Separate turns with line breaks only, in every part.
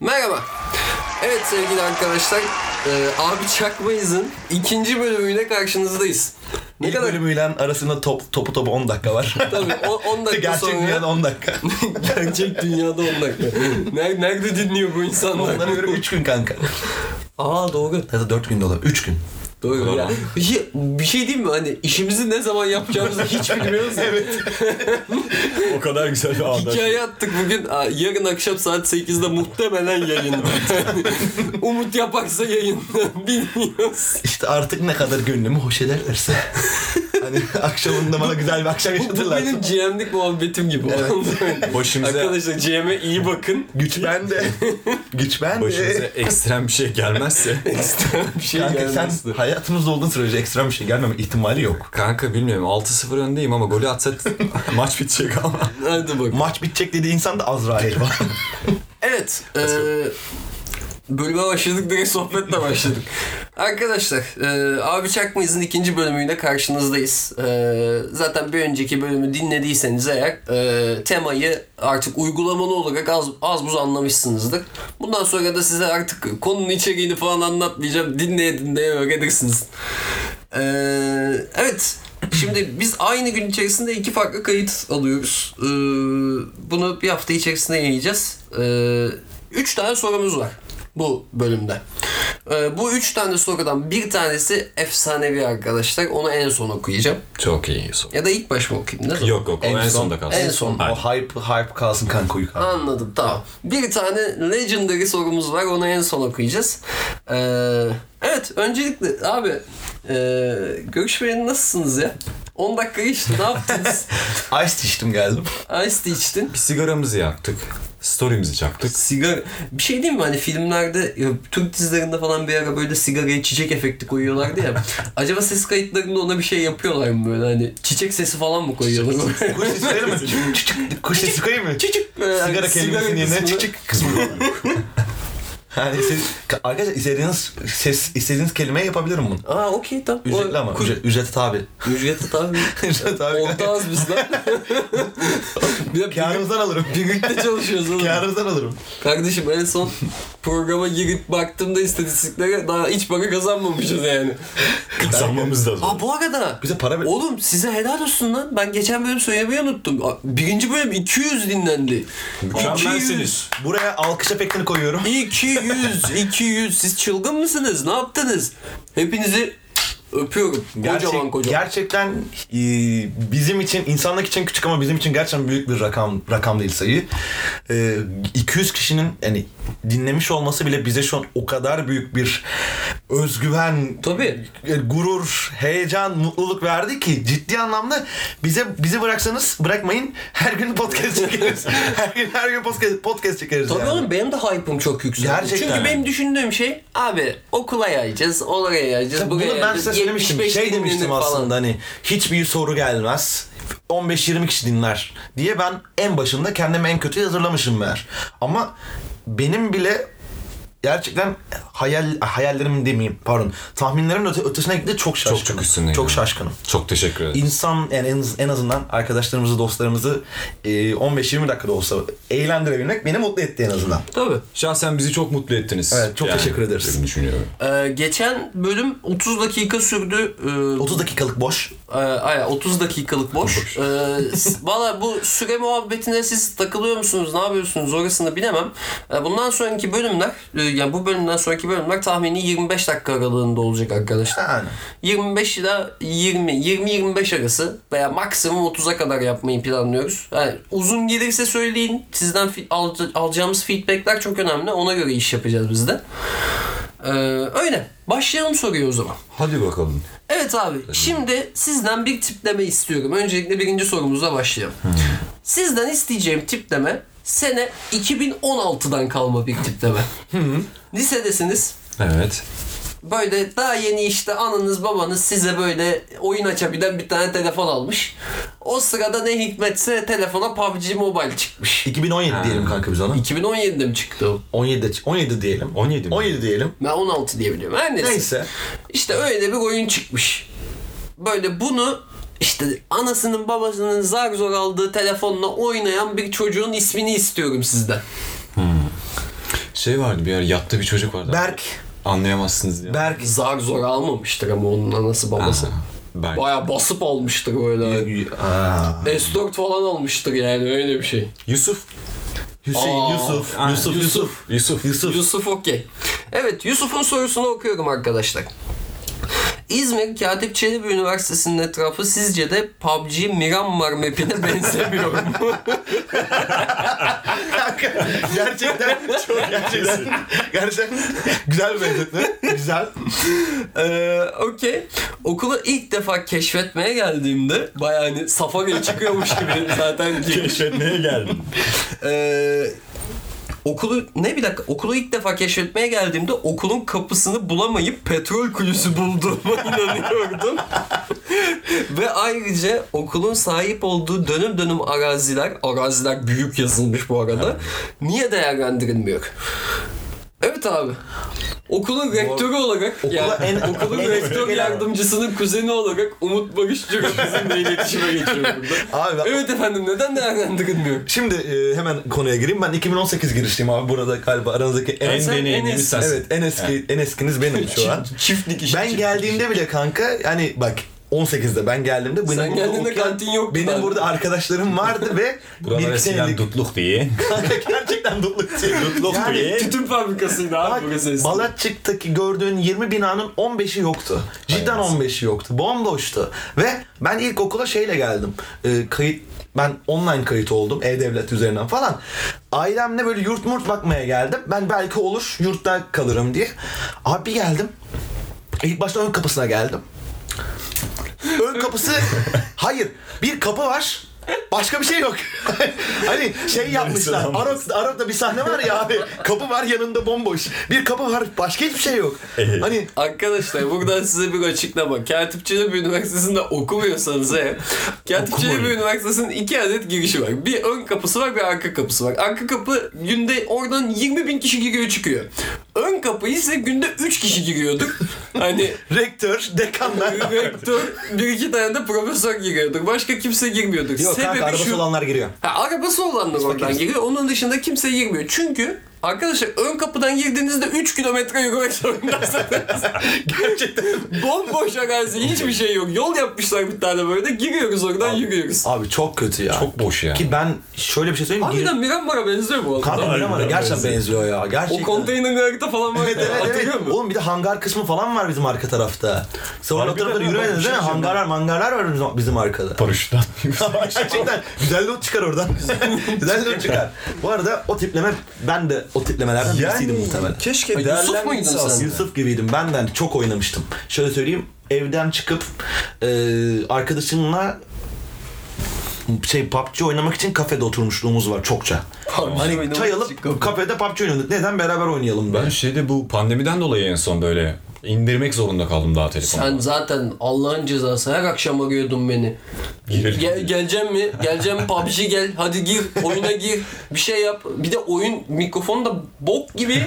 Merhaba. Evet sevgili arkadaşlar, e, Abi Çakmayız'ın ikinci bölümüyle karşınızdayız. Ne
İlk
kadar
bölümüyle arasında top, topu topu 10 dakika var.
tabii o- 10 dakika
Gerçek
sonra
dünyada 10 dakika.
gerçek dünyada 10 dakika. Nerede, nerede dinliyor bu insanlar?
Ondan öbürü 3 gün kanka.
Aa doğru.
Ya da 4 gün de olabilir. 3 gün.
Doğru. Ya, bir, şey, bir şey diyeyim mi? Hani işimizi ne zaman yapacağımızı hiç bilmiyoruz ya.
O kadar güzel bir anda.
Hikaye attık bugün. Aa, yarın akşam saat 8'de muhtemelen yayında. Umut yaparsa yayında. Bilmiyoruz.
İşte artık ne kadar gönlümü hoş ederlerse. hani akşamında bana güzel bir akşam
Bu
yaşatırlar.
benim GM'lik muhabbetim gibi.
Başımıza-
Arkadaşlar GM'e iyi bakın.
Güç bende. Güç bende.
Başınıza ekstrem bir şey gelmezse.
Ekstrem bir şey
Kanka
gelmez.
sen hayatımızda olduğun sürece ekstrem bir şey gelmeme ihtimali yok.
Kanka bilmiyorum 6-0 öndeyim ama golü atsa maç bitecek ama.
Hadi bak.
Maç bitecek dediği insan da Azrail var.
Evet. eee, bölüme başladık direkt sohbetle başladık. Arkadaşlar eee Abi Çakmayız'ın ikinci bölümüyle karşınızdayız. Eee, zaten bir önceki bölümü dinlediyseniz eğer eee, temayı artık uygulamalı olarak az, az buz anlamışsınızdır. Bundan sonra da size artık konunun içeriğini falan anlatmayacağım. Dinleye dinleye öğrenirsiniz. Eee, evet. Şimdi biz aynı gün içerisinde iki farklı kayıt alıyoruz. Eee, bunu bir hafta içerisinde yayacağız. Eee, üç tane sorumuz var bu bölümde. Eee, bu üç tane sorudan bir tanesi efsanevi arkadaşlar. Onu en son okuyacağım.
Çok iyi soru.
Ya da ilk baş mı okuyayım? Ne
Yok yok o en,
En son-
sonda kalsın.
en son.
o
Aynen.
hype, hype kalsın kanka uyku.
Anladım tamam. Bir tane legendary sorumuz var onu en son okuyacağız. Ee, evet öncelikle abi e, görüşmeye nasılsınız ya? 10 dakika işte ne yaptınız?
Ice içtim geldim.
Ice tea içtin.
Bir sigaramızı yaktık. Story'mizi çaktık.
Sigara. Bir şey değil mi hani filmlerde ya, Türk dizilerinde falan bir ara böyle sigaraya çiçek efekti koyuyorlardı ya. Acaba ses kayıtlarında ona bir şey yapıyorlar mı böyle hani çiçek sesi falan mı koyuyorlar?
Kuş sesi mi? Çık, çık, çık. Kuş sesi koyayım mı?
Çiçek. e,
Sigara kelimesinin yerine
kısmını-
çık çık kısmı. yani istedi- Ka- arkadaşlar istediğiniz ses istediğiniz kelimeyi yapabilirim bunu.
Aa okey tamam.
Ücretli
O-
ama.
kuş-
Ücret, ücret tabi.
Ücreti tabii.
ücret
Orta
tabi.
az biz lan. bir de birlik-
Kârımızdan alırım.
birlikte çalışıyoruz oğlum.
Kârımızdan alırım.
Kardeşim en son programa girip baktığımda istatistiklere daha hiç para kazanmamışız yani.
Kazanmamız da
Aa
zor.
bu arada
Bize para ver.
oğlum size helal olsun lan. Ben geçen bölüm söylemeyi unuttum. Aa, Birinci bölüm 200 dinlendi.
Mükemmelsiniz.
Buraya alkış efektini koyuyorum.
200, 200. Siz çılgın mısınız? Ne yaptınız? Hepinizi öpüyorum. kocaman kocaman.
Gerçekten e, bizim için, insanlık için küçük ama bizim için gerçekten büyük bir rakam rakam değil sayı. E, 200 kişinin yani dinlemiş olması bile bize şu an o kadar büyük bir özgüven,
Tabii.
e, gurur, heyecan, mutluluk verdi ki ciddi anlamda bize bizi bıraksanız bırakmayın her gün podcast çekeriz. her gün her gün podcast podcast çekeriz
Tabii
yani.
oğlum benim de hype'ım çok yüksek.
Gerçekten.
Çünkü benim düşündüğüm şey abi okula yayacağız, oraya yayacağız,
Ya
buraya
Bunu ben
yayacağız.
size söylemiştim.
75
Şey demiştim
dinlenir falan.
aslında hani hiçbir soru gelmez. 15-20 kişi dinler diye ben en başında kendimi en kötü hazırlamışım meğer. Ama benim bile gerçekten hayal hayallerimin demeyeyim pardon tahminlerimin öte- ötesine gitti çok şaşkınım.
çok üstündeydi.
Çok şaşkınım.
Çok teşekkür ederim.
İnsan yani en, en azından arkadaşlarımızı dostlarımızı e, 15-20 dakikada olsa eğlendirebilmek beni mutlu etti en azından.
Tabii.
Şahsen bizi çok mutlu ettiniz.
Evet, çok teşekkür ederiz.
benim Düşünüyorum.
Ee, geçen bölüm 30 dakika sürdü. Ee,
30 dakikalık boş.
Ee, aynen, 30 dakikalık boş. Ee, s- Valla bu süre muhabbetine siz takılıyor musunuz? Ne yapıyorsunuz? Orasını bilemem. Ee, bundan sonraki bölümler, e, yani bu bölümden sonraki bölümler tahmini 25 dakika aralığında olacak arkadaşlar.
Yani.
25 ila 20, 20-25 arası veya maksimum 30'a kadar yapmayı planlıyoruz. Yani uzun gelirse söyleyin. Sizden fi- al- alacağımız feedbackler çok önemli. Ona göre iş yapacağız biz de. Ee, öyle. Başlayalım soruyu o zaman.
Hadi bakalım.
Evet abi şimdi sizden bir tipleme istiyorum. Öncelikle birinci sorumuza başlayalım. Sizden isteyeceğim tipleme sene 2016'dan kalma bir tipleme. Lisedesiniz.
Evet.
Böyle daha yeni işte ananız babanız size böyle oyun açabilen bir tane telefon almış. O sırada ne hikmetse telefona PUBG Mobile çıkmış.
2017 diyelim kanka biz ona.
2017'de mi çıktı o?
17 17 diyelim.
17 mi?
17 diyelim.
Ben 16 diye biliyorum. Her neyse.
Neyse.
İşte öyle bir oyun çıkmış. Böyle bunu işte anasının babasının zar zor aldığı telefonla oynayan bir çocuğun ismini istiyorum sizden.
Şey vardı bir ara yatta bir çocuk vardı.
Berk.
Anlayamazsınız ya.
Berk.
Zar zor almamıştır ama onun anası babası.
Berk.
Baya basıp almıştır böyle. S4 falan almıştır yani öyle bir şey.
Yusuf.
Hüseyin
Aa,
Yusuf.
aynen.
Yusuf. Yusuf.
Yusuf.
Yusuf.
Yusuf okey. Evet Yusuf'un sorusunu okuyorum arkadaşlar. İzmir Katip Çelebi Üniversitesi'nin etrafı sizce de PUBG Miramar map'ine benzemiyor mu?
gerçekten çok gerçekten. gerçekten güzel bir benzetme. Güzel.
Ee, okey. Okulu ilk defa keşfetmeye geldiğimde baya hani safariye çıkıyormuş gibi zaten ki.
Keşfetmeye geldim.
Ee, okulu ne bir dakika okulu ilk defa keşfetmeye geldiğimde okulun kapısını bulamayıp petrol kulüsü bulduğuma inanıyordum. Ve ayrıca okulun sahip olduğu dönüm dönüm araziler, araziler büyük yazılmış bu arada. Niye değerlendirilmiyor? Evet abi. Okulun rektörü olarak yani
en-
okulun
en-
rektör yardımcısının kuzeni olarak Umut Barış Cürek bizimle iletişime geçiyor burada.
Abi ben-
Evet efendim neden değerlendirilmiyor?
Şimdi e, hemen konuya gireyim. Ben 2018 girişliyim abi. Burada galiba aranızdaki en,
En
sen en
deneyimli
eski-
sensin.
Evet en eski en eskiniz benim şu an.
Çiftlik işi.
Ben
çiftlik
geldiğimde bile kanka yani bak 18'de ben geldiğimde benim
Sen
burada
geldiğinde kantin yoktu
Benim
abi.
burada arkadaşlarım vardı ve bir
Buralar
iki
eskiden
senelik
dutluk diye.
kanka gerçekten dutluk şey.
Dutluk
Yani
diye.
işi. Tütün fabrikasıydı abi burası eski.
Balatçık'taki gördüğün 20 binanın 15'i yoktu. Cidden 15'i yoktu. Bomboştu. Ve ben ilk okula şeyle geldim. Ee, kayıt ben online kayıt oldum e-devlet üzerinden falan. Ailemle böyle yurt murt bakmaya geldim. Ben belki olur yurtta kalırım diye. Abi bir geldim. İlk başta ön kapısına geldim. Ön kapısı hayır bir kapı var Başka bir şey yok. hani şey yapmışlar.
Neresi lan
Arok, Arok'ta bir sahne var ya abi. Kapı var yanında bomboş. Bir kapı var başka hiçbir şey yok. hani
Arkadaşlar buradan size bir açıklama. Katip Çelebi Üniversitesi'nde okumuyorsanız eğer Katip Çelebi Üniversitesi'nin iki adet girişi var. Bir ön kapısı var bir arka kapısı var. Arka kapı günde oradan 20 bin kişi giriyor çıkıyor. Ön kapı ise günde 3 kişi giriyorduk. Hani
rektör, dekanlar.
rektör bir iki tane de profesör giriyorduk. Başka kimse girmiyorduk.
yok kanka arabası olanlar giriyor.
Ha, arabası olanlar oradan giriyor. Onun dışında kimse girmiyor. Çünkü arkadaşlar ön kapıdan girdiğinizde 3 kilometre yürümek zorundasınız.
Gerçekten.
Bomboş arazi hiçbir şey yok. Yol yapmışlar bir tane böyle. Giriyoruz oradan yürüyoruz.
Abi çok kötü ya.
Çok boş ya.
Ki ben şöyle bir şey söyleyeyim. mi? Gir-
Harbiden Miramar'a benziyor bu arada.
Kanka
Harbiden
Miramar'a gerçekten benziyor ya.
O
Gerçekten.
konteynerlerde falan var.
Evet
ya,
evet
hatırlıyor
evet.
musun?
Oğlum bir de hangar kısmı falan var bizim arka tarafta. Sonra o
Harbiden
tarafta
ha, bak bir
yürümediniz
şey
değil mi?
diyeceğim
Hangarlar mangarlar var bizim- bizim arkada.
Paraşütten.
Gerçekten güzel not çıkar oradan. güzel not çıkar. Bu arada o tipleme ben de o tiplemelerden birisiydim muhtemelen.
Keşke
Ay, Yusuf muydun
değerlendirilse
sen?
aslında.
Yusuf gibiydim. Ben de hani çok oynamıştım. Şöyle söyleyeyim. Evden çıkıp e, arkadaşımla şey PUBG oynamak için kafede oturmuşluğumuz var çokça.
PUBG
hani
oynamak
çay
için
alıp
kafe.
kafede PUBG oynadık. Neden beraber oynayalım
Ben
ben?
şeyde bu pandemiden dolayı en son böyle indirmek zorunda kaldım daha telefonu.
Sen zaten Allah'ın cezası her akşam arıyordun beni.
Girelim.
Gel, geleceğim mi? Geleceğim PUBG gel. Hadi gir. Oyuna gir. Bir şey yap. Bir de oyun mikrofonu da bok gibi.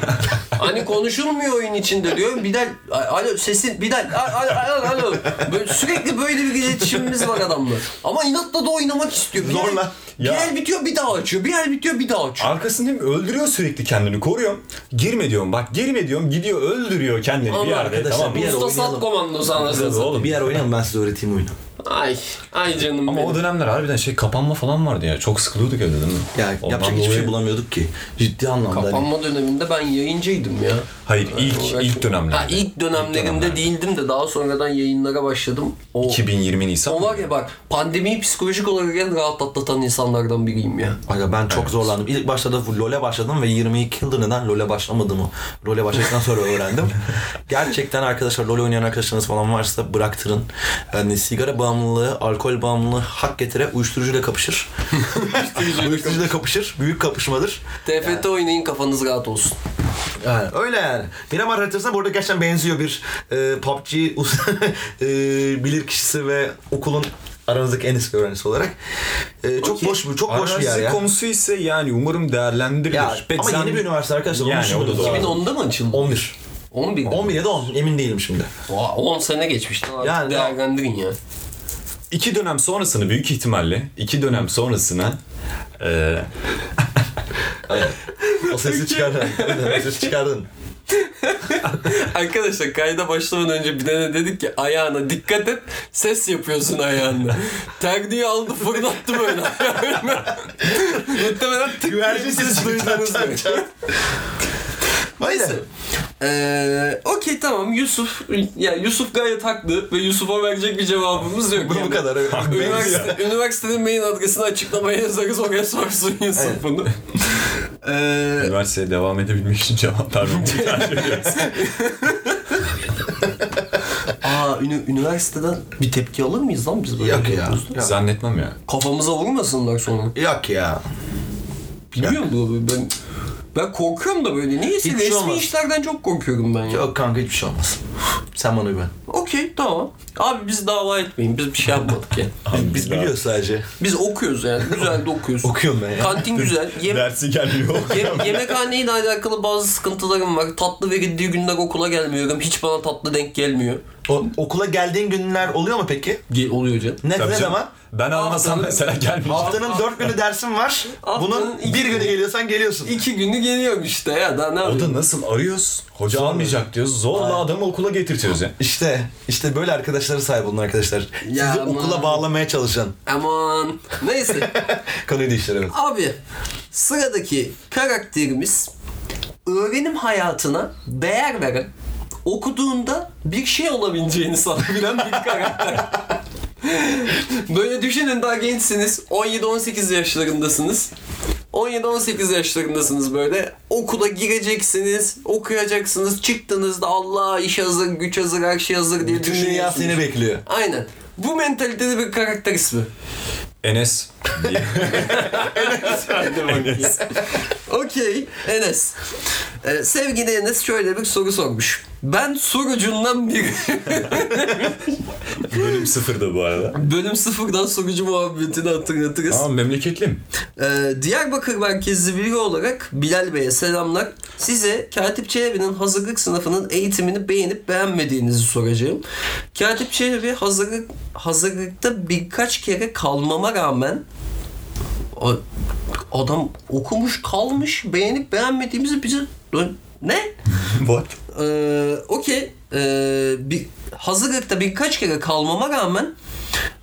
Hani konuşulmuyor oyun içinde diyor. Bir de alo sesin bir de alo alo alo. Böyle, sürekli böyle bir iletişimimiz var adamla. Ama inatla da oynamak istiyor. Bir el-
Zorla.
Bir
Ya.
el bitiyor bir daha açıyor. Bir el bitiyor bir daha açıyor.
Arkasını değil mi? öldürüyor sürekli kendini koruyorum. Girme diyorum bak girme diyorum gidiyor öldürüyor kendini bir
Ama
yerde
arkadaşlar
tamam mı?
bir yer
Usta
oynayalım.
sat komandosu anasını
Oğlum.
satayım.
Bir yer oynayalım ben size öğreteyim oyunu.
Ay, ay canım
Ama
benim.
o dönemler harbiden şey kapanma falan vardı ya. Çok sıkılıyorduk evde değil mi?
Ya
Ondan
yapacak hiçbir
dolayı-
şey bulamıyorduk ki. Ciddi anlamda. hani.
Kapanma döneminde ben yayıncıydım ya.
Hayır ilk ilk dönemlerde.
Ha, ilk dönemlerimde
dönemlerde.
değildim de daha sonradan yayınlara başladım. O,
2020
o
Nisan.
var ya bak pandemiyi psikolojik olarak en rahat atlatan insanlardan biriyim ya.
Aga ben çok zorlandım. İlk başta da LoL'e başladım ve 22 yıldır neden LoL'e başlamadığımı LoL'e başladıktan sonra öğrendim. Gerçekten arkadaşlar LoL oynayan arkadaşlarınız falan varsa bıraktırın. Yani sigara bağımlılığı, alkol bağımlılığı hak getire uyuşturucuyla kapışır. uyuşturucuyla kapışır. Büyük kapışmadır.
TFT oynayın kafanız rahat olsun.
Yani öyle yani. Miramar haritasına bu arada gerçekten benziyor bir e, PUBG e, bilir kişisi ve okulun aranızdaki en eski öğrencisi olarak. E, çok
Okey.
boş bir çok boş bir yer
Arazi
ya.
konusu ise yani umarım değerlendirilir.
Ya,
Pek
ama
sen-
yeni bir üniversite arkadaşlar.
Yani,
Yani,
o da doğru.
2010'da mı açıldı?
11.
11.
11 ya da 10 emin değilim şimdi.
Oha, 10 sene geçmiş. Lan artık
Yani-
değerlendirin ya.
İki dönem sonrasını büyük e, ihtimalle iki dönem sonrasına eee
O sesi çıkardın. o sesi çıkardın.
Arkadaşlar kayda başlamadan önce bir tane dedik ki ayağına dikkat et ses yapıyorsun ayağında. Terliği aldı fırlattı böyle. Muhtemelen tık
Güvercin
diye
sesi
duydunuz böyle.
çıkardın. Neyse.
Ee, Okey tamam Yusuf. Yani Yusuf gayet haklı ve Yusuf'a verecek bir cevabımız yok.
Bu
yani.
bu kadar. evet.
Üniversite, üniversitenin mail adresini açıklamaya yazarız oraya sorsun Yusuf
Evet.
bunu. Ee,
Üniversiteye devam edebilmek için cevap vermem
Aa ünü- üniversiteden bir tepki alır mıyız lan biz böyle?
Yok ya.
yapıyoruz?
Yok.
Zannetmem ya.
Kafamıza vurmasınlar sonra.
Yok ya.
Bilmiyorum bu ben ben korkuyorum da böyle. Neyse
Hiç
resmi
olmaz.
işlerden çok korkuyorum ben ya.
Yok kanka hiçbir şey olmaz. Sen bana güven.
Okey tamam. Abi biz dava etmeyin. Biz bir şey yapmadık ya.
Biz, biz
ya.
biliyoruz sadece.
Biz okuyoruz yani. Güzel de okuyoruz.
Okuyorum ben ya.
Kantin güzel. Yem-
Dersi gelmiyor.
Yem- yemekhaneyle alakalı bazı sıkıntılarım var. Tatlı verildiği günler okula gelmiyorum. Hiç bana tatlı denk gelmiyor.
O, okula geldiğin günler oluyor mu peki?
Ge- oluyor canım.
Ne, ne
Tabii canım.
zaman?
Ben almasam
Haftanın-
mesela gelmeyecek.
Haftanın dört günü dersin var.
Haftanın
Bunun
iki
bir
günü.
günü geliyorsan geliyorsun.
İki günü geliyorum işte ya. Daha ne
O
yapayım?
da nasıl arıyoruz? Hoca almayacak diyoruz. Zorla adamı okula getirtiyoruz ya.
İşte, işte böyle arkadaşlara sahip olun arkadaşlar. Sizi
Ya aman.
okula bağlamaya çalışan.
Aman. Neyse.
Konuyu değiştir evet.
Abi sıradaki karakterimiz öğrenim hayatına değer veren, okuduğunda bir şey olabileceğini sanabilen bir karakter. Böyle düşünün daha gençsiniz. 17-18 yaşlarındasınız. 17-18 yaşlarındasınız böyle. Okula gireceksiniz, okuyacaksınız. Çıktığınızda Allah iş hazır, güç hazır, her şey hazır diye
Bütün dünya
düşünüyorsunuz.
seni bekliyor.
Aynen. Bu mentalitede bir karakter ismi.
Enes.
Enes. Okey Enes. Ee, sevgili Enes şöyle bir soru sormuş. Ben sorucundan bir
Bölüm sıfırda bu arada.
bölüm sıfırdan sorucu muhabbetini hatırlatırız.
Ama memleketliyim.
Ee, Diyarbakır merkezli biri olarak Bilal Bey'e selamlar. Size Katip Çelebi'nin hazırlık sınıfının eğitimini beğenip beğenmediğinizi soracağım. Katip Çelebi hazırlık, hazırlıkta birkaç kere kalmama rağmen A- adam okumuş kalmış beğenip beğenmediğimizi bize ne?
What?
Ee, okey. Ee, bir, hazırlıkta birkaç kere kalmama rağmen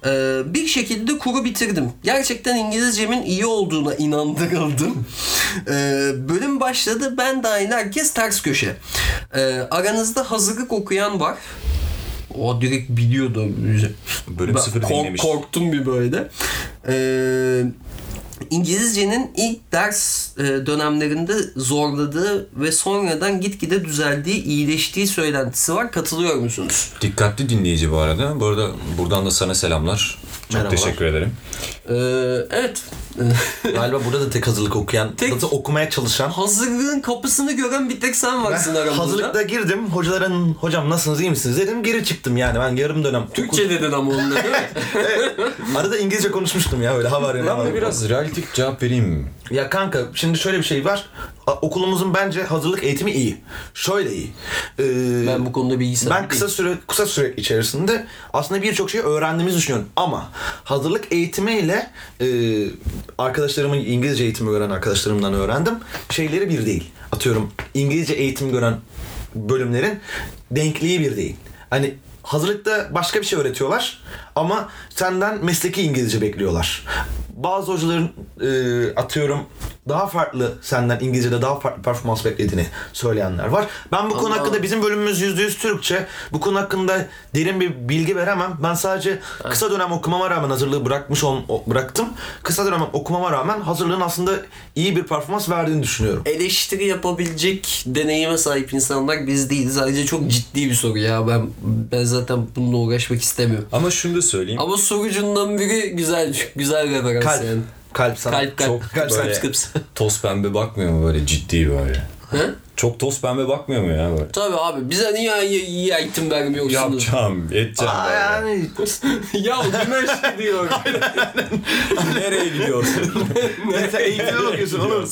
e, bir şekilde kuru bitirdim. Gerçekten İngilizcemin iyi olduğuna inandırıldım. Ee, bölüm başladı. Ben dahil herkes ters köşe. Ee, aranızda hazırlık okuyan var. O direkt biliyordu.
Bölüm
Ben
sıfırı
kork-
dinlemiş.
Korktum bir böyle de. Ee, İngilizcenin ilk ders e, dönemlerinde zorladığı ve sonradan gitgide düzeldiği, iyileştiği söylentisi var. Katılıyor musunuz?
Dikkatli dinleyici bu arada. Bu arada buradan da sana selamlar. Çok
Merhabalar.
teşekkür ederim.
Ee, evet.
Galiba burada da tek hazırlık okuyan,
Tek-
zaten okumaya çalışan.
Hazırlığın kapısını gören bir tek sen
Ben
varsın aramızda.
hazırlıkta girdim. Hocaların hocam nasılsınız iyi misiniz dedim. Geri çıktım yani. Ben yarım dönem okul-
Türkçe dedin ama onunla değil mi?
Arada İngilizce konuşmuştum ya öyle havariyim
Ben de
havariyim.
biraz realistik cevap vereyim.
Ya kanka şimdi şöyle bir şey var. A- okulumuzun bence hazırlık eğitimi iyi. Şöyle iyi. Ee,
ben bu konuda bilgi sahibi
ben kısa süre kısa süre içerisinde aslında birçok şeyi öğrendiğimizi düşünüyorum ama hazırlık eğitimiyle e, arkadaşlarımın İngilizce eğitimi gören arkadaşlarımdan öğrendim. Şeyleri bir değil. Atıyorum İngilizce eğitim gören bölümlerin denkliği bir değil. Hani hazırlıkta başka bir şey öğretiyorlar ama senden mesleki İngilizce bekliyorlar. Bazı hocaların e, atıyorum daha farklı senden İngilizce'de daha farklı performans beklediğini söyleyenler var. Ben bu konu
Allah.
hakkında Bizim bölümümüz %100 Türkçe. Bu konu hakkında derin bir bilgi veremem. Ben sadece kısa dönem okumama rağmen hazırlığı bırakmış ol, o- bıraktım. Kısa dönem okumama rağmen hazırlığın aslında iyi bir performans verdiğini düşünüyorum.
eleştiri yapabilecek deneyime sahip insanlar biz değiliz. Ayrıca çok ciddi bir soru ya. Ben ben zaten bununla uğraşmak istemiyorum.
Ama şunu da söyleyeyim.
Ama sorucundan biri güzel güzel referans
Kalp.
yani.
Kalp sana.
Kalp kalp.
Çok
kalp
böyle
kalp, kalp.
toz pembe bakmıyor mu böyle ciddi böyle?
He?
Çok toz pembe bakmıyor mu ya böyle?
Tabii abi bize niye iyi, iyi eğitim vermiyorsunuz?
Yapacağım, edeceğim.
Aa,
böyle.
yani
ya güneş gidiyor.
Nereye gidiyorsun?
mesela eğitime bakıyorsun oğlum.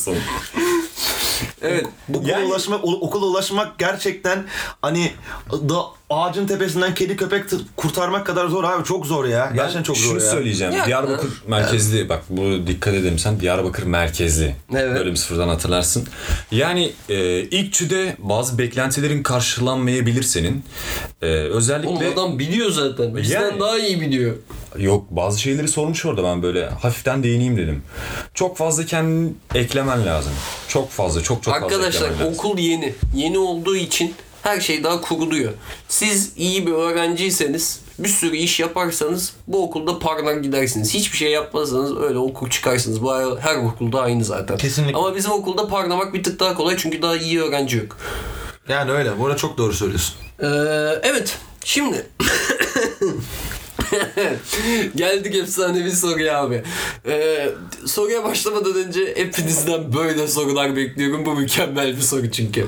evet.
Bu okula
Yani-
ulaşmak, o- okula ulaşmak gerçekten hani da ağacın tepesinden kedi köpek tı- kurtarmak kadar zor abi. Çok zor ya. Gerçekten çok zor
şunu
ya.
söyleyeceğim.
Ya-
Diyarbakır merkezli bak bu dikkat edelim sen Diyarbakır merkezli.
Evet.
Bölüm sıfırdan hatırlarsın. Yani e, ilk çüde bazı beklentilerin karşılanmayabilir senin. E, özellikle
Oğlum adam biliyor zaten. Bizden
Yani.
daha iyi biliyor.
yok bazı şeyleri sormuş orada ben böyle hafiften değineyim dedim. Çok fazla kendini eklemen lazım. Çok fazla çok çok fazla
Arkadaşlar
eklemen lazım.
okul yeni. Yeni olduğu için her şey daha kuruluyor. Siz iyi bir öğrenciyseniz bir sürü iş yaparsanız bu okulda parlar gidersiniz. Hiçbir şey yapmazsanız öyle okul çıkarsınız. Bu her- her okulda aynı zaten.
Kesinlikle.
Ama bizim okulda parlamak bir tık daha kolay çünkü daha iyi öğrenci yok.
Yani öyle. Bu arada çok doğru söylüyorsun.
Ee, evet. Şimdi geldik efsanevi soruya abi. Ee, soruya başlamadan önce hepinizden böyle sorular bekliyorum. Bu mükemmel bir soru çünkü.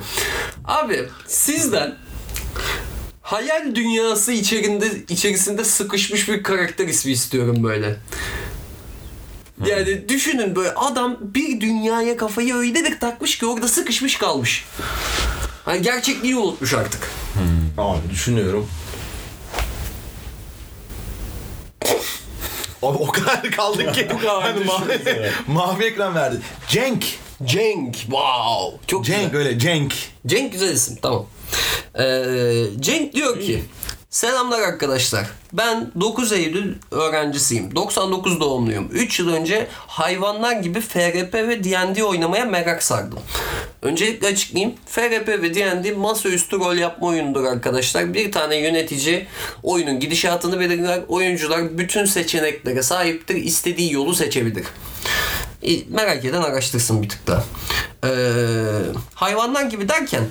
Abi sizden hayal dünyası içerisinde içerisinde sıkışmış bir karakter ismi istiyorum böyle. Yani düşünün böyle adam bir dünyaya kafayı öyle de takmış ki orada sıkışmış kalmış. Hani gerçekliği unutmuş artık.
Abi düşünüyorum. Abi o kadar kaldık ki.
kadar
Hani mavi, mavi ekran verdi. Cenk.
Cenk. Wow. Çok Cenk.
Cenk
güzel.
öyle Cenk.
Cenk güzel isim. Tamam. Ee, Cenk diyor ki Selamlar arkadaşlar. Ben 9 Eylül öğrencisiyim. 99 doğumluyum. 3 yıl önce hayvanlar gibi FRP ve D&D oynamaya merak sardım. Öncelikle açıklayayım. FRP ve D&D masaüstü rol yapma oyunudur arkadaşlar. Bir tane yönetici oyunun gidişatını belirler. Oyuncular bütün seçeneklere sahiptir. İstediği yolu seçebilir. İ- E, merak eden araştırsın bir tık daha. Ee, hayvanlar gibi derken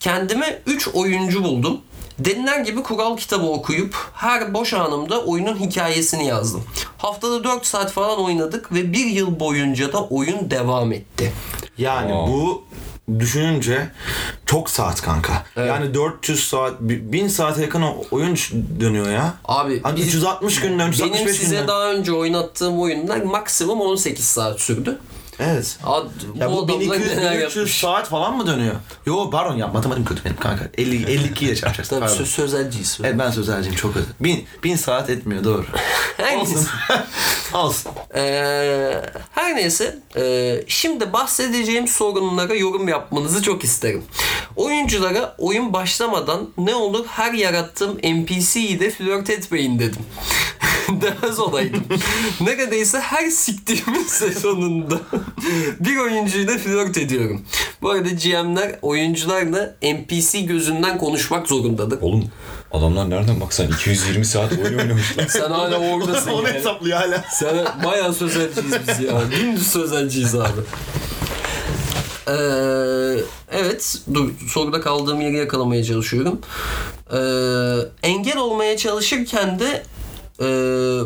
kendime 3 oyuncu buldum. Denilen gibi kural kitabı okuyup her boş anımda oyunun hikayesini yazdım. Haftada 4 saat falan oynadık ve bir yıl boyunca da oyun devam etti.
Yani
Wow.
bu düşününce çok saat kanka. Yani 400 saat, bi- 1000 saate yakın o- oyun ç- dönüyor ya.
Abi
Hani
biz-
360 günden, 365
Benim size
günden.
daha önce oynattığım oyunlar maksimum 18 saat sürdü.
Evet.
Ad,
Ya bu
adamlar neler
1200-1300
yapmış.
saat falan mı dönüyor? Yo pardon ya matematik kötü benim kanka. 50, 52 ile çarpacağız.
Tabii
pardon.
söz, sözelciyiz.
Evet ben sözelciyim çok özür. Bin, bin saat etmiyor doğru.
Her neyse.
Olsun. Olsun.
Ee, her neyse ee, şimdi bahsedeceğim sorunlara yorum yapmanızı çok isterim. Oyunculara oyun başlamadan ne olur her yarattığım NPC'yi de flört etmeyin dedim. Demez olaydım. Neredeyse her siktiğimin sezonunda bir oyuncuyla flört ediyorum. Bu arada GM'ler oyuncularla NPC gözünden konuşmak zorundadır.
Oğlum adamlar nereden baksan 220 saat oyun oynamışlar.
Sen hala oradasın
Onu
yani.
hesaplıyor hala.
Sen bayağı sözelciyiz biz ya. Dümdüz sözelciyiz abi. Ee, evet, dur soruda kaldığım yeri yakalamaya çalışıyorum. Ee, engel olmaya çalışırken de e,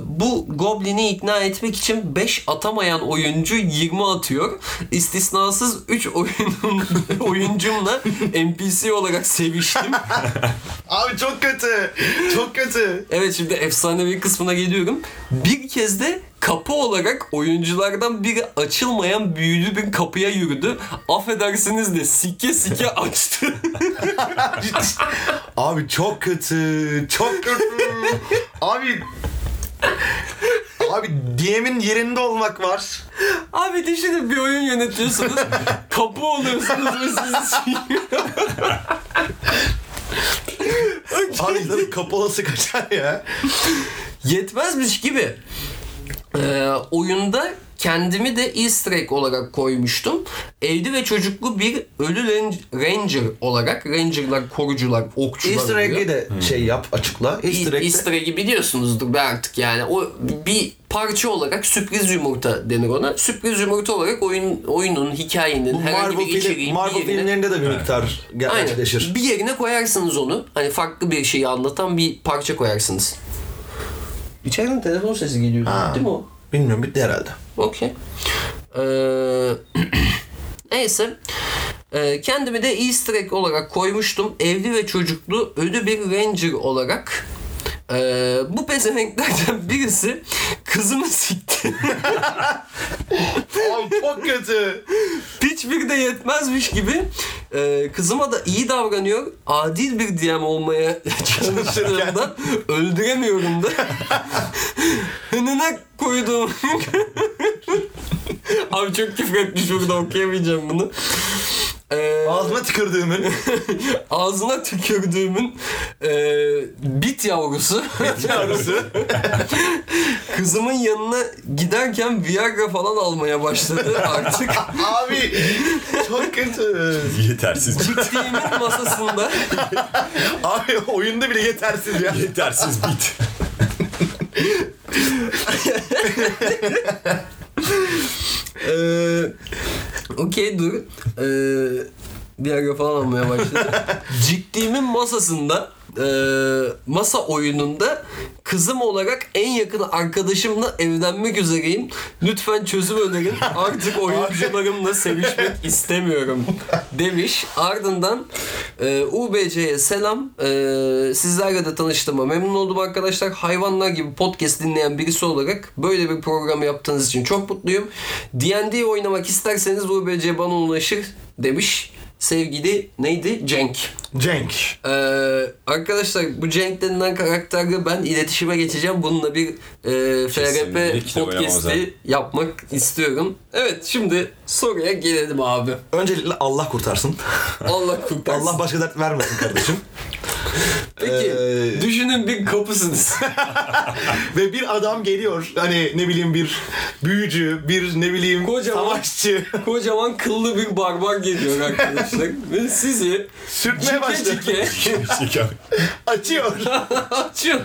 bu Goblin'i ikna etmek için 5 atamayan oyuncu 20 atıyor. İstisnasız 3 oyunun, oyuncumla NPC olarak seviştim.
Abi çok kötü. Çok kötü.
Evet şimdi efsanevi kısmına geliyorum. Bir kez de kapı olarak oyunculardan biri açılmayan büyülü bir kapıya yürüdü. Affedersiniz de sike sike açtı.
Abi çok kötü. Çok kötü. Abi Abi DM'in yerinde olmak var.
Abi düşünün bir oyun yönetiyorsunuz. kapı oluyorsunuz ve siz
Abi insanın kapalası kaçar ya.
yetmezmiş gibi Ee, oyunda kendimi de easter egg olarak koymuştum. Evli ve çocuklu bir ölü ran- ranger olarak rangerlar, korucular, okçular
Easter
oluyor.
egg'i de şey yap açıkla. Easter
Hmm. Easter,
egg'de-
egg'i biliyorsunuzdur be artık yani. O bir parça olarak sürpriz yumurta denir ona. Sürpriz yumurta olarak oyun oyunun, hikayenin,
bu
herhangi
Marvel,
bir
film,
içeriğin
Marvel
bir yerine...
filmlerinde de bir miktar
Aynen.
gerçekleşir.
Bir yerine koyarsınız onu. Hani farklı bir şeyi anlatan bir parça koyarsınız. İçeriden telefon sesi geliyordu.
Ha.
Değil mi o?
Bilmiyorum bitti herhalde.
Okey. Ee, neyse. Ee, kendimi de easter egg olarak koymuştum. Evli ve çocuklu ölü bir ranger olarak. Ee, bu pezevenklerden birisi kızımı sikti.
Abi çok kötü.
Hiçbir de yetmezmiş gibi Ee, kızıma da iyi davranıyor. Adil bir DM olmaya çalıştığımda öldüremiyorum da. Önüne koydum. Abi çok küfür etmiş burada okuyamayacağım bunu. Ee,
Ağzıma tükürdüğümün.
ağzına tükürdüğümün e, bit yavrusu
Yavrusu.
kızımın yanına giderken Viagra falan almaya başladı artık.
Abi çok kötü.
Yetersiz.
Gittiğimin masasında
Abi oyunda bile yetersiz ya.
Yetersiz bit.
Ee, Okey dur. Ee, Viagra falan almaya başladı. Ciddiğimin masasında e, masa oyununda kızım olarak en yakın arkadaşımla evlenmek üzereyim. Lütfen çözüm önerin. Artık oyuncularımla sevişmek istemiyorum demiş. Ardından e, UBC'ye selam. E, sizlerle de tanıştığıma memnun oldum arkadaşlar. Hayvanlar gibi podcast dinleyen birisi olarak böyle bir program yaptığınız için çok mutluyum. D&D oynamak isterseniz UBC bana ulaşır demiş. Sevgili neydi? Cenk.
Cenk.
Ee, arkadaşlar bu Cenk denilen karakterle ben iletişime geçeceğim. Bununla bir e,
Kesinlikle
FRP
kitap oynamamız lazım.
podcast'i yapmak istiyorum. Evet şimdi soruya gelelim abi.
Öncelikle Allah kurtarsın.
Allah kurtarsın.
Allah başka dert vermesin kardeşim.
Peki
Ee,
düşünün bir kapısınız.
Ve bir adam geliyor hani ne bileyim bir büyücü, bir ne bileyim
Kocaman.
savaşçı.
Kocaman kıllı bir barbar geliyor arkadaşlar. Ve sizi
Sürtmeye
cike
başladı.
cike
Açıyor.
açıyor.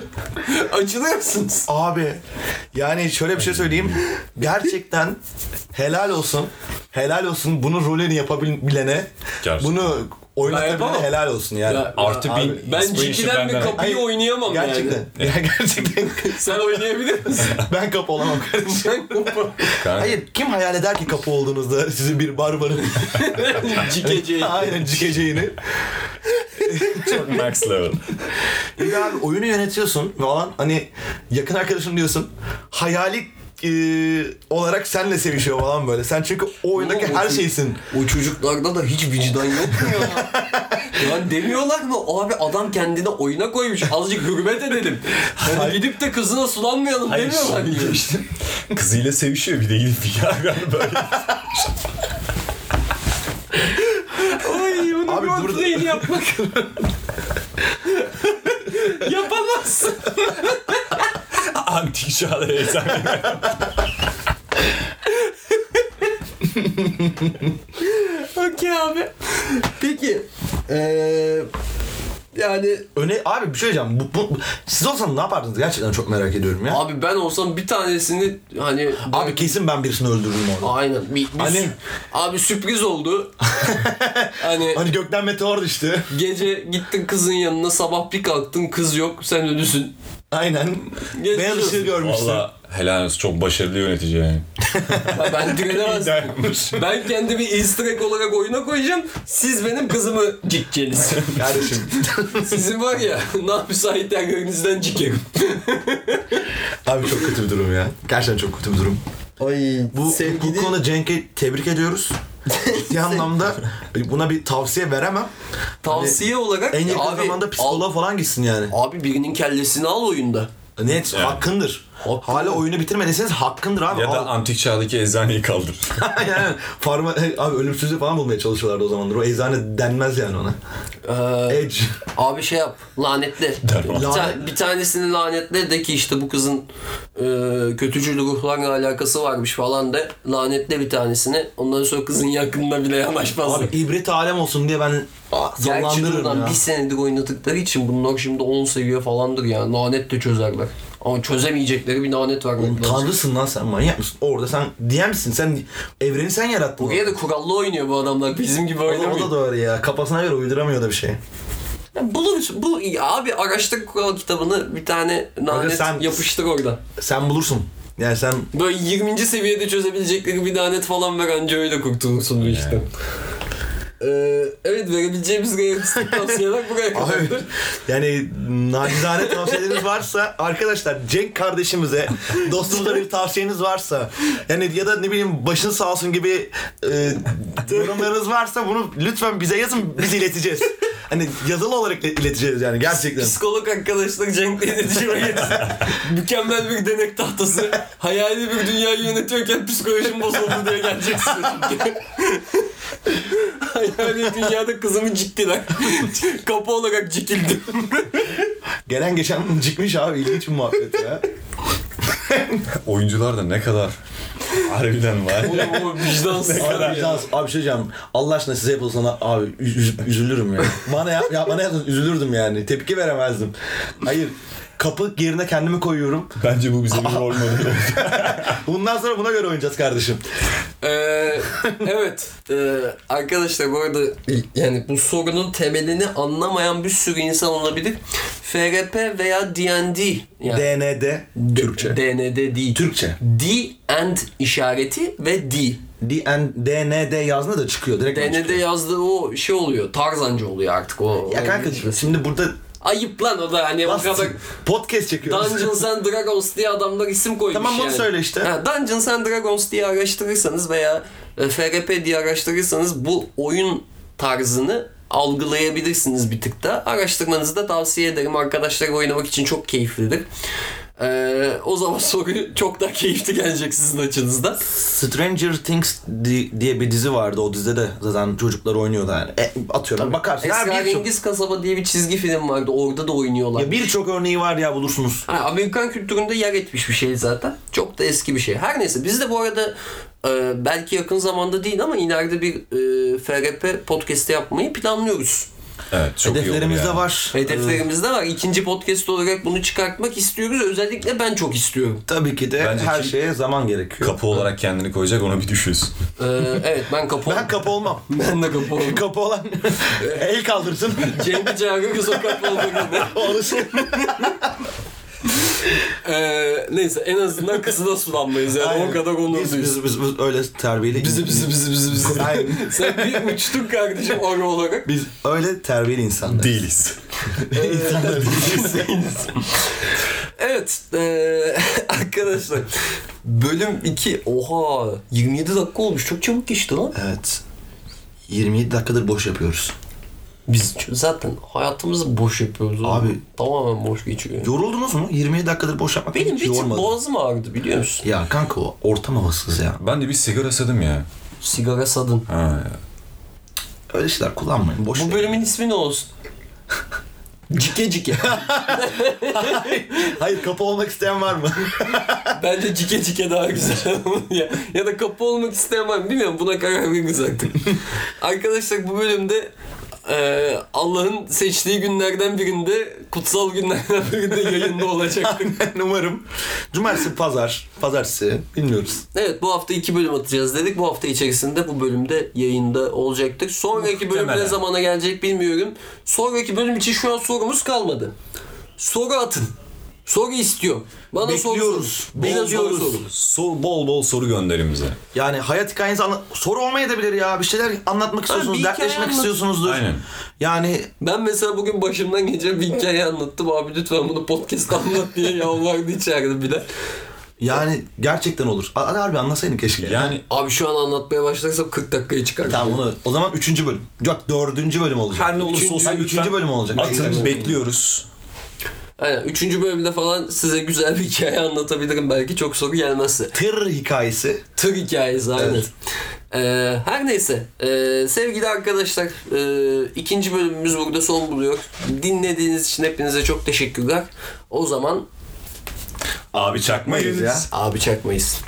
Açılıyorsunuz.
Abi yani şöyle bir şey söyleyeyim. Gerçekten helal olsun. Helal olsun bunu rolünü yapabilene.
Gerçekten.
Bunu
Ben yapamam.
oynatabilene helal olsun yani.
Ya,
Artı
Abi,
bin.
Ben
Bu işi
cikiden bir
benden-
kapıyı
Hayır,
oynayamam
Gerçekten.
yani.
Ya gerçekten
Sen oynayabilir misin?
ben kapı olamam kardeşim.
Sen kapı.
Kanka,
Hayır kim hayal eder ki kapı olduğunuzda sizi bir barbarın
Cikeceği.
aynen cikeceğini.
Çok max level.
Bir de abi oyunu yönetiyorsun falan hani yakın arkadaşım diyorsun hayali e, olarak senle sevişiyor falan böyle. Sen çünkü o oyundaki
Oğlum, o
her
çocuk-
şeysin.
O çocuklarda da hiç vicdan yok mu ya? ya demiyorlar mı? Abi adam kendine oyuna koymuş. Azıcık hürmet edelim. Hani gidip de kızına sulanmayalım
Hayır
demiyorlar mı?
şimdi işte kızıyla sevişiyor bir de gidip Viagra böyle.
Ay bunu
Abi
Abi, bir
burada-
ortaya yapmak. Yapamazsın.
Antik çağda eczane.
Okey abi. Peki. Eee... Yani
Öne abi bir şey diyeceğim. Bu, bu- siz olsanız ne yapardınız gerçekten çok merak ediyorum ya. Abi,
abi ben olsam bir tanesini hani
kesin ben birisini öldürürüm orada.
aynen bir, bir
Hani-
sü- abi sürpriz oldu. hani
Hani gökten meteor düştü.
Gece gittin kızın yanına sabah bir kalktın kız yok sen ölüsün.
Aynen.
Geçmiş
Beyaz
olsun.
ışığı görmüşsün.
Valla helal olsun çok başarılı yönetici yani.
Ya Ben direnemezdim.
Dayanmış.
ben kendimi easter egg olarak oyuna koyacağım. Siz benim kızımı cikeceksiniz.
Kardeşim.
Sizin var ya na müsait yerlerinizden cikerim.
abi çok kötü bir durum ya. Gerçekten çok kötü bir durum.
Ay
Bu, bu konuda Cenk'i tebrik ediyoruz. Ciddi anlamda buna bir tavsiye veremem.
tavsiye olarak
En yakın
abi,
zamanda psikoloğa falan gitsin yani.
al- abi birinin kellesini al oyunda.
Net hakkındır.
Hakkı
Hala
mı?
oyunu bitirmediyseniz hakkındır abi.
Ya da
Al-
antik çağdaki eczaneyi kaldır.
yani farma abi ölümsüzlüğü falan bulmaya çalışıyorlardı o zamandır. O eczane denmez yani ona.
Ee,
Edge.
abi şey yap lanetle.
Derman.
Bir, ta- bir tanesini lanetle de ki işte bu kızın e, kötücül ruhlarla alakası varmış falan de lanetle bir tanesini. Ondan sonra kızın yakınına bile yanaşmazsın.
Abi ibret alem olsun diye ben ah,
Gerçi
zorlandırırım
bundan
ya.
bir senedir oynadıkları için bunlar şimdi 10 seviye falandır yani. Lanet de çözerler. Ama çözemeyecekleri bir lanet var.
Oğlum, Tanrısın lan sen manyak mısın? Orada sen DM'sin. Sen evreni sen yarattın.
Buraya da kurallı oynuyor bu adamlar. Bizim gibi
o, da, o da
oynamıyor.
doğru ya. Kafasına göre uyduramıyor da bir şey.
Ya Buluruz. Bu abi araştır kural kitabını bir tane lanet
sen-
yapıştır orada.
Sen bulursun. Yani sen
Böyle 20. seviyede çözebilecekleri bir lanet falan ver anca öyle kurtulursun bu işte. Ee, evet verebileceğimiz realistik tavsiyeler buraya
Abi,
kadardır.
yani nacizane tavsiyeleriniz varsa arkadaşlar Cenk kardeşimize dostumuza bir tavsiyeniz varsa yani ya da ne bileyim başın sağ olsun gibi e, yorumlarınız varsa bunu lütfen bize yazın biz ileteceğiz. Hani yazılı olarak il- ileteceğiz yani gerçekten.
Psikolog arkadaşlar Cenk'le iletişime geçsin. Mükemmel bir denek tahtası. Hayali bir dünyayı yönetiyorken psikolojim bozuldu diye geleceksin. Hayali dünyada kızımı ciktiler. Kapı olarak cikildim.
Gelen geçen çıkmış abi ilginç bir muhabbet ya.
Oyuncular da ne kadar harbiden var.
Oğlum o vicdansız.
Abi, bir tane- abi bir şey diyeceğim. Allah aşkına size yapılsa na- abi üz- üz- üzülürüm ya. Bana yap, ya bana yapsanız üzülürdüm yani. Tepki veremezdim. Hayır. Kapı yerine kendimi koyuyorum.
Bence bu bizim bir rol modeli oldu.
Bundan sonra buna göre oynayacağız kardeşim.
Ee, evet Ee, arkadaşlar bu arada yani bu sorunun temelini anlamayan bir sürü insan olabilir. FRP veya D&D yani
DND Türkçe.
DND değil.
Türkçe.
D and işareti ve D.
DN, DND yazdığında da çıkıyor. Direkt ben
DND
çıkıyor.
yazdığı o şey oluyor. Tarzancı oluyor artık o.
Ya
o-
kanka şimdi burada
Ayıp lan o da hani o kadar
Nasıl podcast çekiyoruz.
Dungeons and Dragons diye adamlar isim koymuş
Tamam, bunu
yani.
söyle işte.
Ha, Dungeons and Dragons diye araştırırsanız veya e, FRP diye araştırırsanız bu oyun tarzını algılayabilirsiniz bir tık da. Araştırmanızı da tavsiye ederim. Arkadaşlar oynamak için çok keyiflidir. Ee, o zaman soru çok daha keyifli gelecek sizin açınızda.
Stranger Things di- diye bir dizi vardı. O dizide de zaten çocuklar oynuyordu yani. E, atıyorum bakarsın. Ha, birçok-
Esrarengiz Kasaba diye bir çizgi film vardı. Orada da oynuyorlar.
ya birçok örneği var ya bulursunuz.
Ha, Amerikan kültüründe yer etmiş bir şey zaten. Çok da eski bir şey. Her neyse biz de bu arada e, belki yakın zamanda değil ama ileride bir e, FRP podcast'i yapmayı planlıyoruz.
Evet çok
Hedeflerimiz
iyi
de
olur yani.
var. Ee,
Hedeflerimiz de var. İkinci podcast olarak bunu çıkartmak istiyoruz. Özellikle ben çok istiyorum.
tabii ki de
Bence
her
kim-
şeye zaman gerekiyor.
Kapı olarak kendini koyacak ona bir düşüyorsun.
E, evet ben kapı
ben kapı olmam.
Ben de kapı oldum.
kapı olan el kaldırsın.
Cenk Cagık sokak oldu.
Orası.
E, neyse en azından kısıda sulanmayız. Yani o kadar onur
biz,
duyuyoruz.
biz, biz, biz öyle terbiyeli.
Bizi bizi bizi bizi bizi.
Aynen.
Sen bir uçtun kardeşim oraya olarak.
Biz öyle terbiyeli insanlar.
Değiliz.
Evet eee, arkadaşlar bölüm 2 oha 27 dakika olmuş çok çabuk geçti lan.
Evet. 27 dakikadır boş yapıyoruz.
Biz ç- zaten hayatımızı boş yapıyoruz. oğlum.
Abi.
Tamamen boş geçiyor.
Yoruldunuz mu? 27 dakikadır boş yapmak
Benim
hiç
bir tık
yormadı.
boğazım ağrıdı biliyor musun?
Ya kanka o ortam havasız ya.
Ben de bir sigara sadım ya.
Sigara sadın.
Ha,
Öyle şeyler kullanmayın. Boş
Bu
verin.
bölümün ismi ne olsun? cike cike.
Hayır kapı olmak isteyen var mı?
Bence cike cike daha güzel. ya, ya da kapı olmak istemem. Bilmiyorum buna karar veririz artık. Arkadaşlar bu bölümde e, Allah'ın seçtiği günlerden birinde kutsal günlerden birinde yayında olacaktık.
Umarım. Cumartesi, pazar. Pazartesi. Bilmiyoruz.
evet bu hafta iki bölüm atacağız dedik. Bu hafta içerisinde bu bölümde yayında olacaktık. Sonraki bölüm ne
Muhtemelen.
zamana gelecek bilmiyorum. Sonraki bölüm için şu an sorumuz kalmadı. Soru atın. Soru istiyor. Bana
Bekliyoruz.
Soru sorun. Bana soru
Bekliyoruz.
sorun.
so, bol bol soru gönderin bize.
Yani hayat hikayenizi anla- soru olmayabilir ya. Bir şeyler anlatmak istiyorsunuz,
bir hikaye
dertleşmek
anlat-
istiyorsunuzdur.
Aynen.
Yani
Ben mesela bugün başımdan geçen bir hikaye anlattım. Abi lütfen bunu podcast anlat diye yalvardı içeride Bilal.
yani gerçekten olur. Hadi harbi anlasaydın keşke.
Yani
Abi şu an anlatmaya başlarsam 40 dakikaya çıkar.
Tamam onu. O zaman üçüncü bölüm. Yok dördüncü bölüm olacak.
her ne olursa olsun
Ha,
lütfen
üçüncü bölüm olacak.
Atın
Bekliyoruz.
bekliyoruz.
Aynen. Üçüncü bölümde falan size güzel bir hikaye anlatabilirim. Belki çok soru gelmezse.
Tır hikayesi.
Tır hikayesi aynen.
Evet.
Ee, her neyse. Ee, sevgili arkadaşlar ee, ikinci bölümümüz burada son buluyor. Dinlediğiniz için hepinize çok teşekkürler. O zaman
Abi çakmayız
ya.
abi çakmayız.